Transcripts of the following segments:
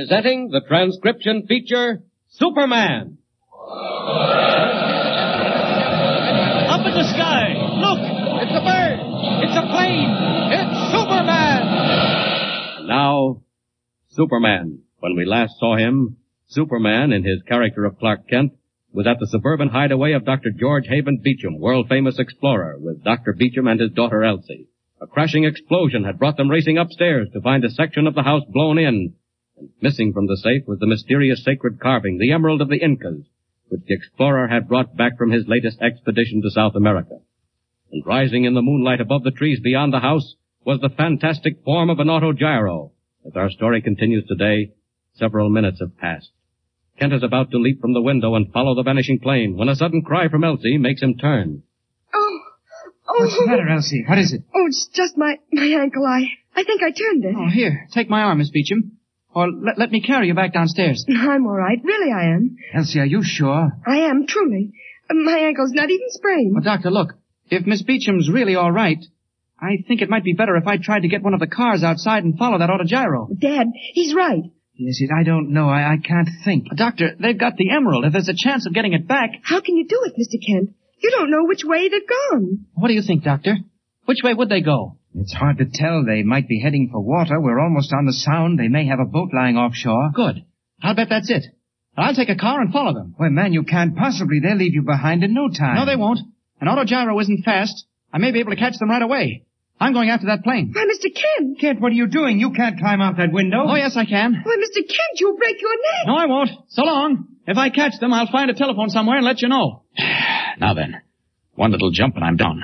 presenting the transcription feature, Superman. Up in the sky! Look! It's a bird! It's a plane! It's Superman! And now, Superman. When we last saw him, Superman, in his character of Clark Kent, was at the suburban hideaway of Dr. George Haven Beecham, world-famous explorer, with Dr. Beecham and his daughter Elsie. A crashing explosion had brought them racing upstairs to find a section of the house blown in. And missing from the safe was the mysterious sacred carving, the Emerald of the Incas, which the explorer had brought back from his latest expedition to South America. And rising in the moonlight above the trees beyond the house was the fantastic form of an autogyro. As our story continues today, several minutes have passed. Kent is about to leap from the window and follow the vanishing plane when a sudden cry from Elsie makes him turn. Oh, oh, What's the matter, Elsie? What is it? oh, it's just my, my ankle. I, I think I turned it. Oh, here, take my arm, Miss Beecham. Or let, let me carry you back downstairs. I'm all right. Really, I am. Elsie, are you sure? I am, truly. Uh, My ankle's not even sprained. Well, doctor, look. If Miss Beecham's really all right, I think it might be better if I tried to get one of the cars outside and follow that autogyro. Dad, he's right. Yes, it, I don't know. I, I can't think. Doctor, they've got the emerald. If there's a chance of getting it back, How can you do it, Mr. Kent? You don't know which way they've gone. what do you think, doctor? Which way would they go? It's hard to tell. They might be heading for water. We're almost on the sound. They may have a boat lying offshore. Good. I'll bet that's it. I'll take a car and follow them. Why, man, you can't possibly. They'll leave you behind in no time. No, they won't. An autogyro isn't fast. I may be able to catch them right away. I'm going after that plane. Why, Mr. Kent? Kent, what are you doing? You can't climb out that window. Oh, yes, I can. Why, Mr. Kent, you'll break your neck. No, I won't. So long. If I catch them, I'll find a telephone somewhere and let you know. Now then, one little jump and I'm down.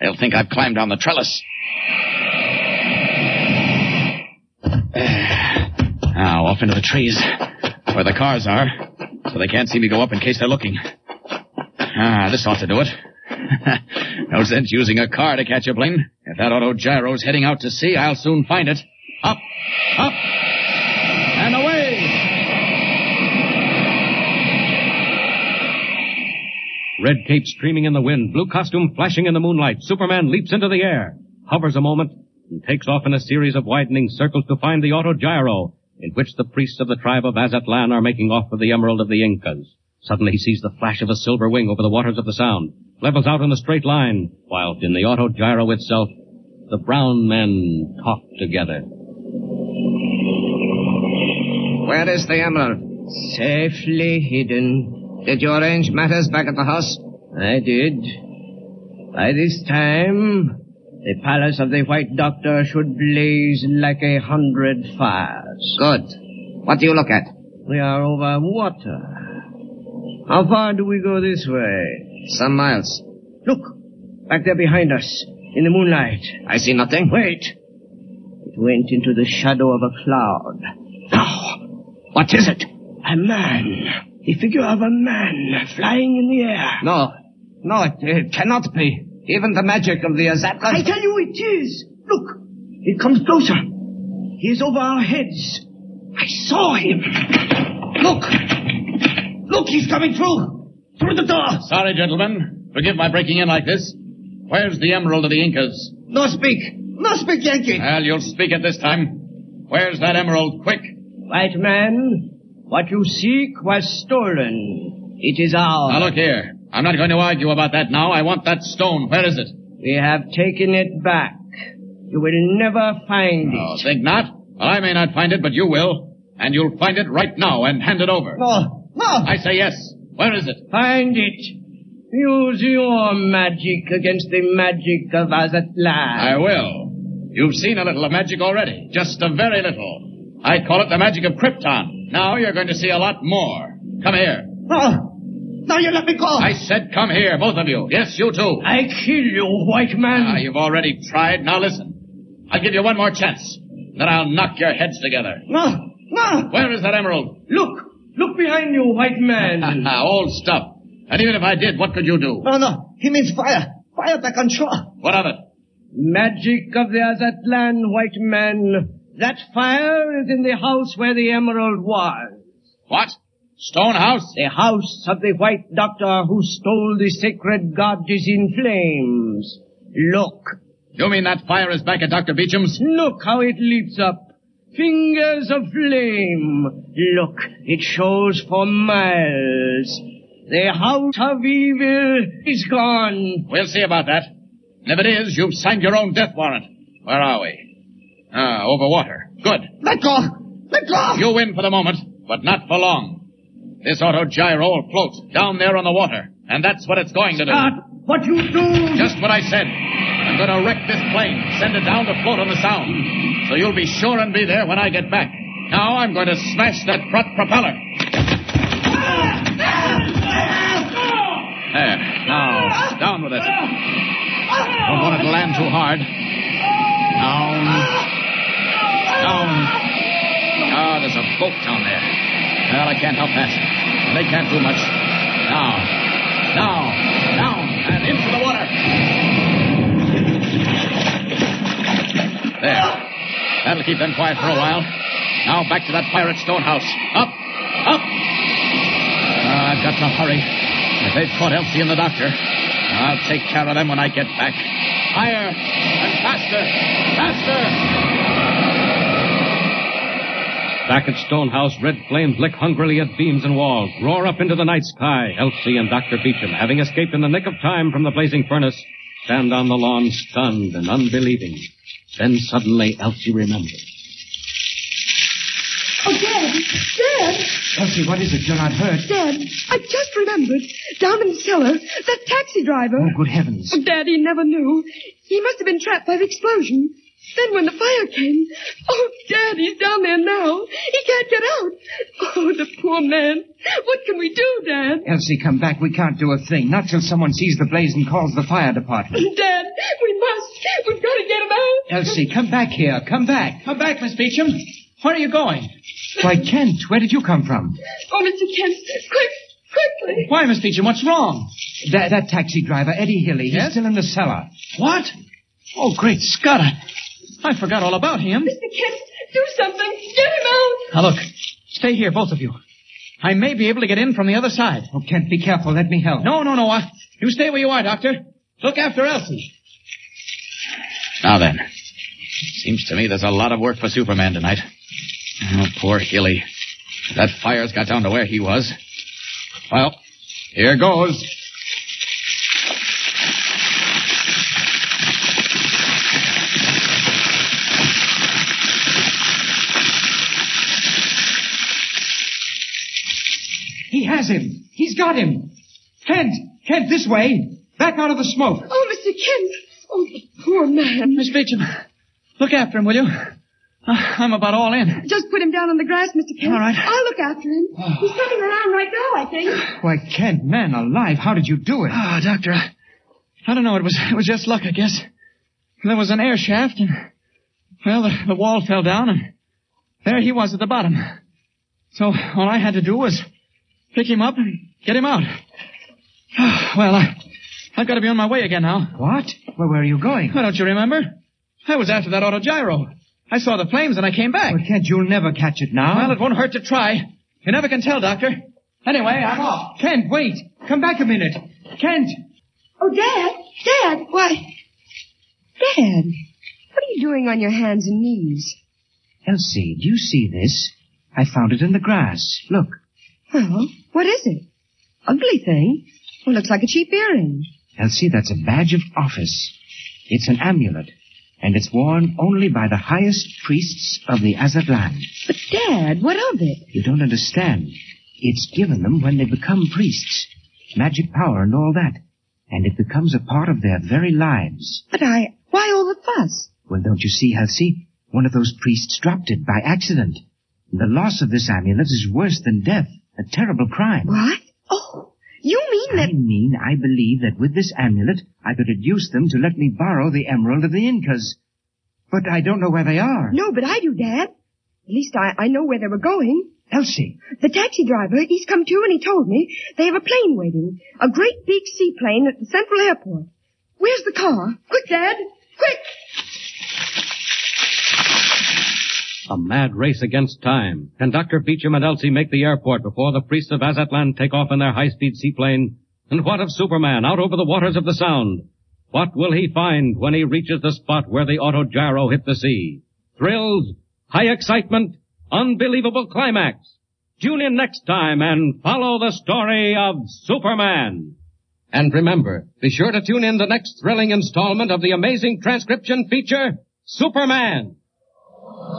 They'll think I've climbed down the trellis. There. Now, off into the trees, where the cars are, so they can't see me go up in case they're looking. Ah, this ought to do it. no sense using a car to catch a plane. If that auto gyro's heading out to sea, I'll soon find it. Up, up, and away! Red cape streaming in the wind, blue costume flashing in the moonlight, Superman leaps into the air, hovers a moment, and takes off in a series of widening circles to find the autogyro, in which the priests of the tribe of Azatlan are making off for the Emerald of the Incas. Suddenly he sees the flash of a silver wing over the waters of the sound, levels out in a straight line, whilst in the autogyro itself, the brown men talk together. Where is the emerald? Safely hidden. Did you arrange matters back at the house? I did. By this time, the palace of the White Doctor should blaze like a hundred fires. Good. What do you look at? We are over water. How far do we go this way? Some miles. Look, back there behind us, in the moonlight. I see nothing. Wait! It went into the shadow of a cloud. Now, What is it? a man. The figure of a man flying in the air. No. No, it, it cannot be. Even the magic of the Azatlan. I tell you it is. Look, it comes closer. He is over our heads. I saw him. Look. Look, he's coming through. Through the door. Sorry, gentlemen. Forgive my breaking in like this. Where's the Emerald of the Incas? No speak. No speak, Yankee. Well, you'll speak at this time. Where's that emerald? Quick! White man, what you seek was stolen. It is Now ours. look here. I'm not going to argue about that now. I want that stone. Where is it? We have taken it back. You will never find Oh, it. think not. Well, I may not find it, but you will. And you'll find it right now and hand it over. No, no. I say yes. Where is it? Find it. Use your magic against the magic of Azatlan. I will. You've seen a little of magic already. Just a very little. I call it the magic of Krypton. Now you're going to see a lot more. Come here. Oh, now you let me go. I said come here, both of you. Yes, you too. I kill you, white man. Ah, you've already tried. Now listen. I'll give you one more chance. Then I'll knock your heads together. No, no. Where is that emerald? Ah! "Ah, Look, look behind you, white man. Old stuff. And even if I did, what could you do? no, no. He means fire. Fire back on shore. What of it? Magic of the Azatlan, white man. That fire is in the house where the emerald was. What? Stone house? The house of the white doctor who stole the sacred god is in flames. Look, You mean that fire is back at Dr. Beecham's? look how it leaps up. Fingers of flame. Look, it shows for miles. The house of evil is gone. We'll see about that. And if it is, you've signed your own death warrant. Where are we? Ah, over water. Good. Let go! Let go! You win for the moment, but not for long. This auto gyro will float down there on the water, and that's what it's going to do. Scott, what you do? Just what I said. I'm going to wreck this plane, send it down to float on the sound. So you'll be sure and be there when I get back. Now I'm going to smash that front propeller. There. Now, down with it. Don't want it to land too hard. Down. Down. Ah, there's a boat down there. Well, I can't help that. They can't do much. Now. Now. Down. And into the water. There. That'll keep them quiet for a while. Now back to that pirate stone house. Up. Up. Ah, I've got to hurry. If they've caught Elsie and the doctor, I'll take care of them when I get back. Higher and faster, faster. Back at Stonehouse, red flames lick hungrily at beams and walls, roar up into the night sky. Elsie and Dr. Beecham, having escaped in the nick of time from the blazing furnace, stand on the lawn stunned and unbelieving. Then suddenly Elsie remembers. Oh, Dad! Dad! Elsie, what is it? You're not hurt. Dad, I just remembered. Down in the cellar, that taxi driver. Oh, good heavens. Oh, Daddy never knew. He must have been trapped by the explosion. Then when the fire came, oh, Dad, he's down there now. He can't get out. Oh, the poor man. What can we do, Dad? Elsie, come back. We can't do a thing. Not till someone sees the blaze and calls the fire department. Dad, we must. We've got to get him out. Elsie, come back here. Come back. Come back, Miss Beecham. Where are you going? Why, Kent, where did you come from? Oh, Mr. Kent, quick, quickly. Why, Miss Beecham, what's wrong? That, that taxi driver, Eddie Hilly, he's Yes? still in the cellar. What? Oh, great Scott. I, I forgot all about him. Mr. Kent, do something. Get him out. Now, look. Stay here, both of you. I may be able to get in from the other side. Oh, Kent, be careful. Let me help. No, no, no. I, you stay where you are, Doctor. Look after Elsie. Now then. Seems to me there's a lot of work for Superman tonight. Oh, poor Hilly. That fire's got down to where he was. Well, here goes. He has him. He's got him. Kent, Kent, this way. Back out of the smoke. Oh, Mr. Kent. Oh, the poor man. Miss Beecham, look after him, will you? I- I'm about all in. Just put him down on the grass, Mr. Kent. All right. I'll look after him. He's coming around right now, I think. Why, Kent, man alive, how did you do it? Ah, Doctor, I, I don't know. It was it was just luck, I guess. There was an air shaft, and well, the, the wall fell down, and there he was at the bottom. So all I had to do was pick him up and get him out. well, I, I've got to be on my way again now. What? Well, where are you going? Oh, don't you remember? I was after that auto gyro. I saw the flames and I came back. Well, Kent, you'll never catch it now. Well, it won't hurt to try. You never can tell, Doctor. Anyway, I'm off. Kent, wait. Come back a minute. Kent. Oh, Dad. Dad. Why? Dad. What are you doing on your hands and knees? Elsie, do you see this? I found it in the grass. Look. Well, what is it? Ugly thing. Well, looks like a cheap earring. Elsie, that's a badge of office. It's an amulet, and it's worn only by the highest priests of the Azatlan. But, Dad, what of it? You don't understand. It's given them when they become priests. Magic power and all that. And it becomes a part of their very lives. But I... Why all the fuss? Well, don't you see, Elsie? One of those priests dropped it by accident. The loss of this amulet is worse than death, a terrible crime. What? Oh, you mean I that... mean, I believe that with this amulet, I could induce them to let me borrow the Emerald of the Incas. But I don't know where they are. No, but I do, Dad. At least I, I know where they were going. Elsie, The taxi driver, he's come to and he told me they have a plane waiting. A great big seaplane at the Central Airport. Where's the car? Quick, Dad! Quick! A mad race against time. Can Dr. Beecham and Elsie make the airport before the priests of Azatlan take off in their high-speed seaplane? And what of Superman out over the waters of the Sound? What will he find when he reaches the spot where the autogyro hit the sea? Thrills, high excitement, unbelievable climax. Tune in next time and follow the story of Superman. And remember, be sure to tune in the next thrilling installment of the amazing transcription feature, Superman.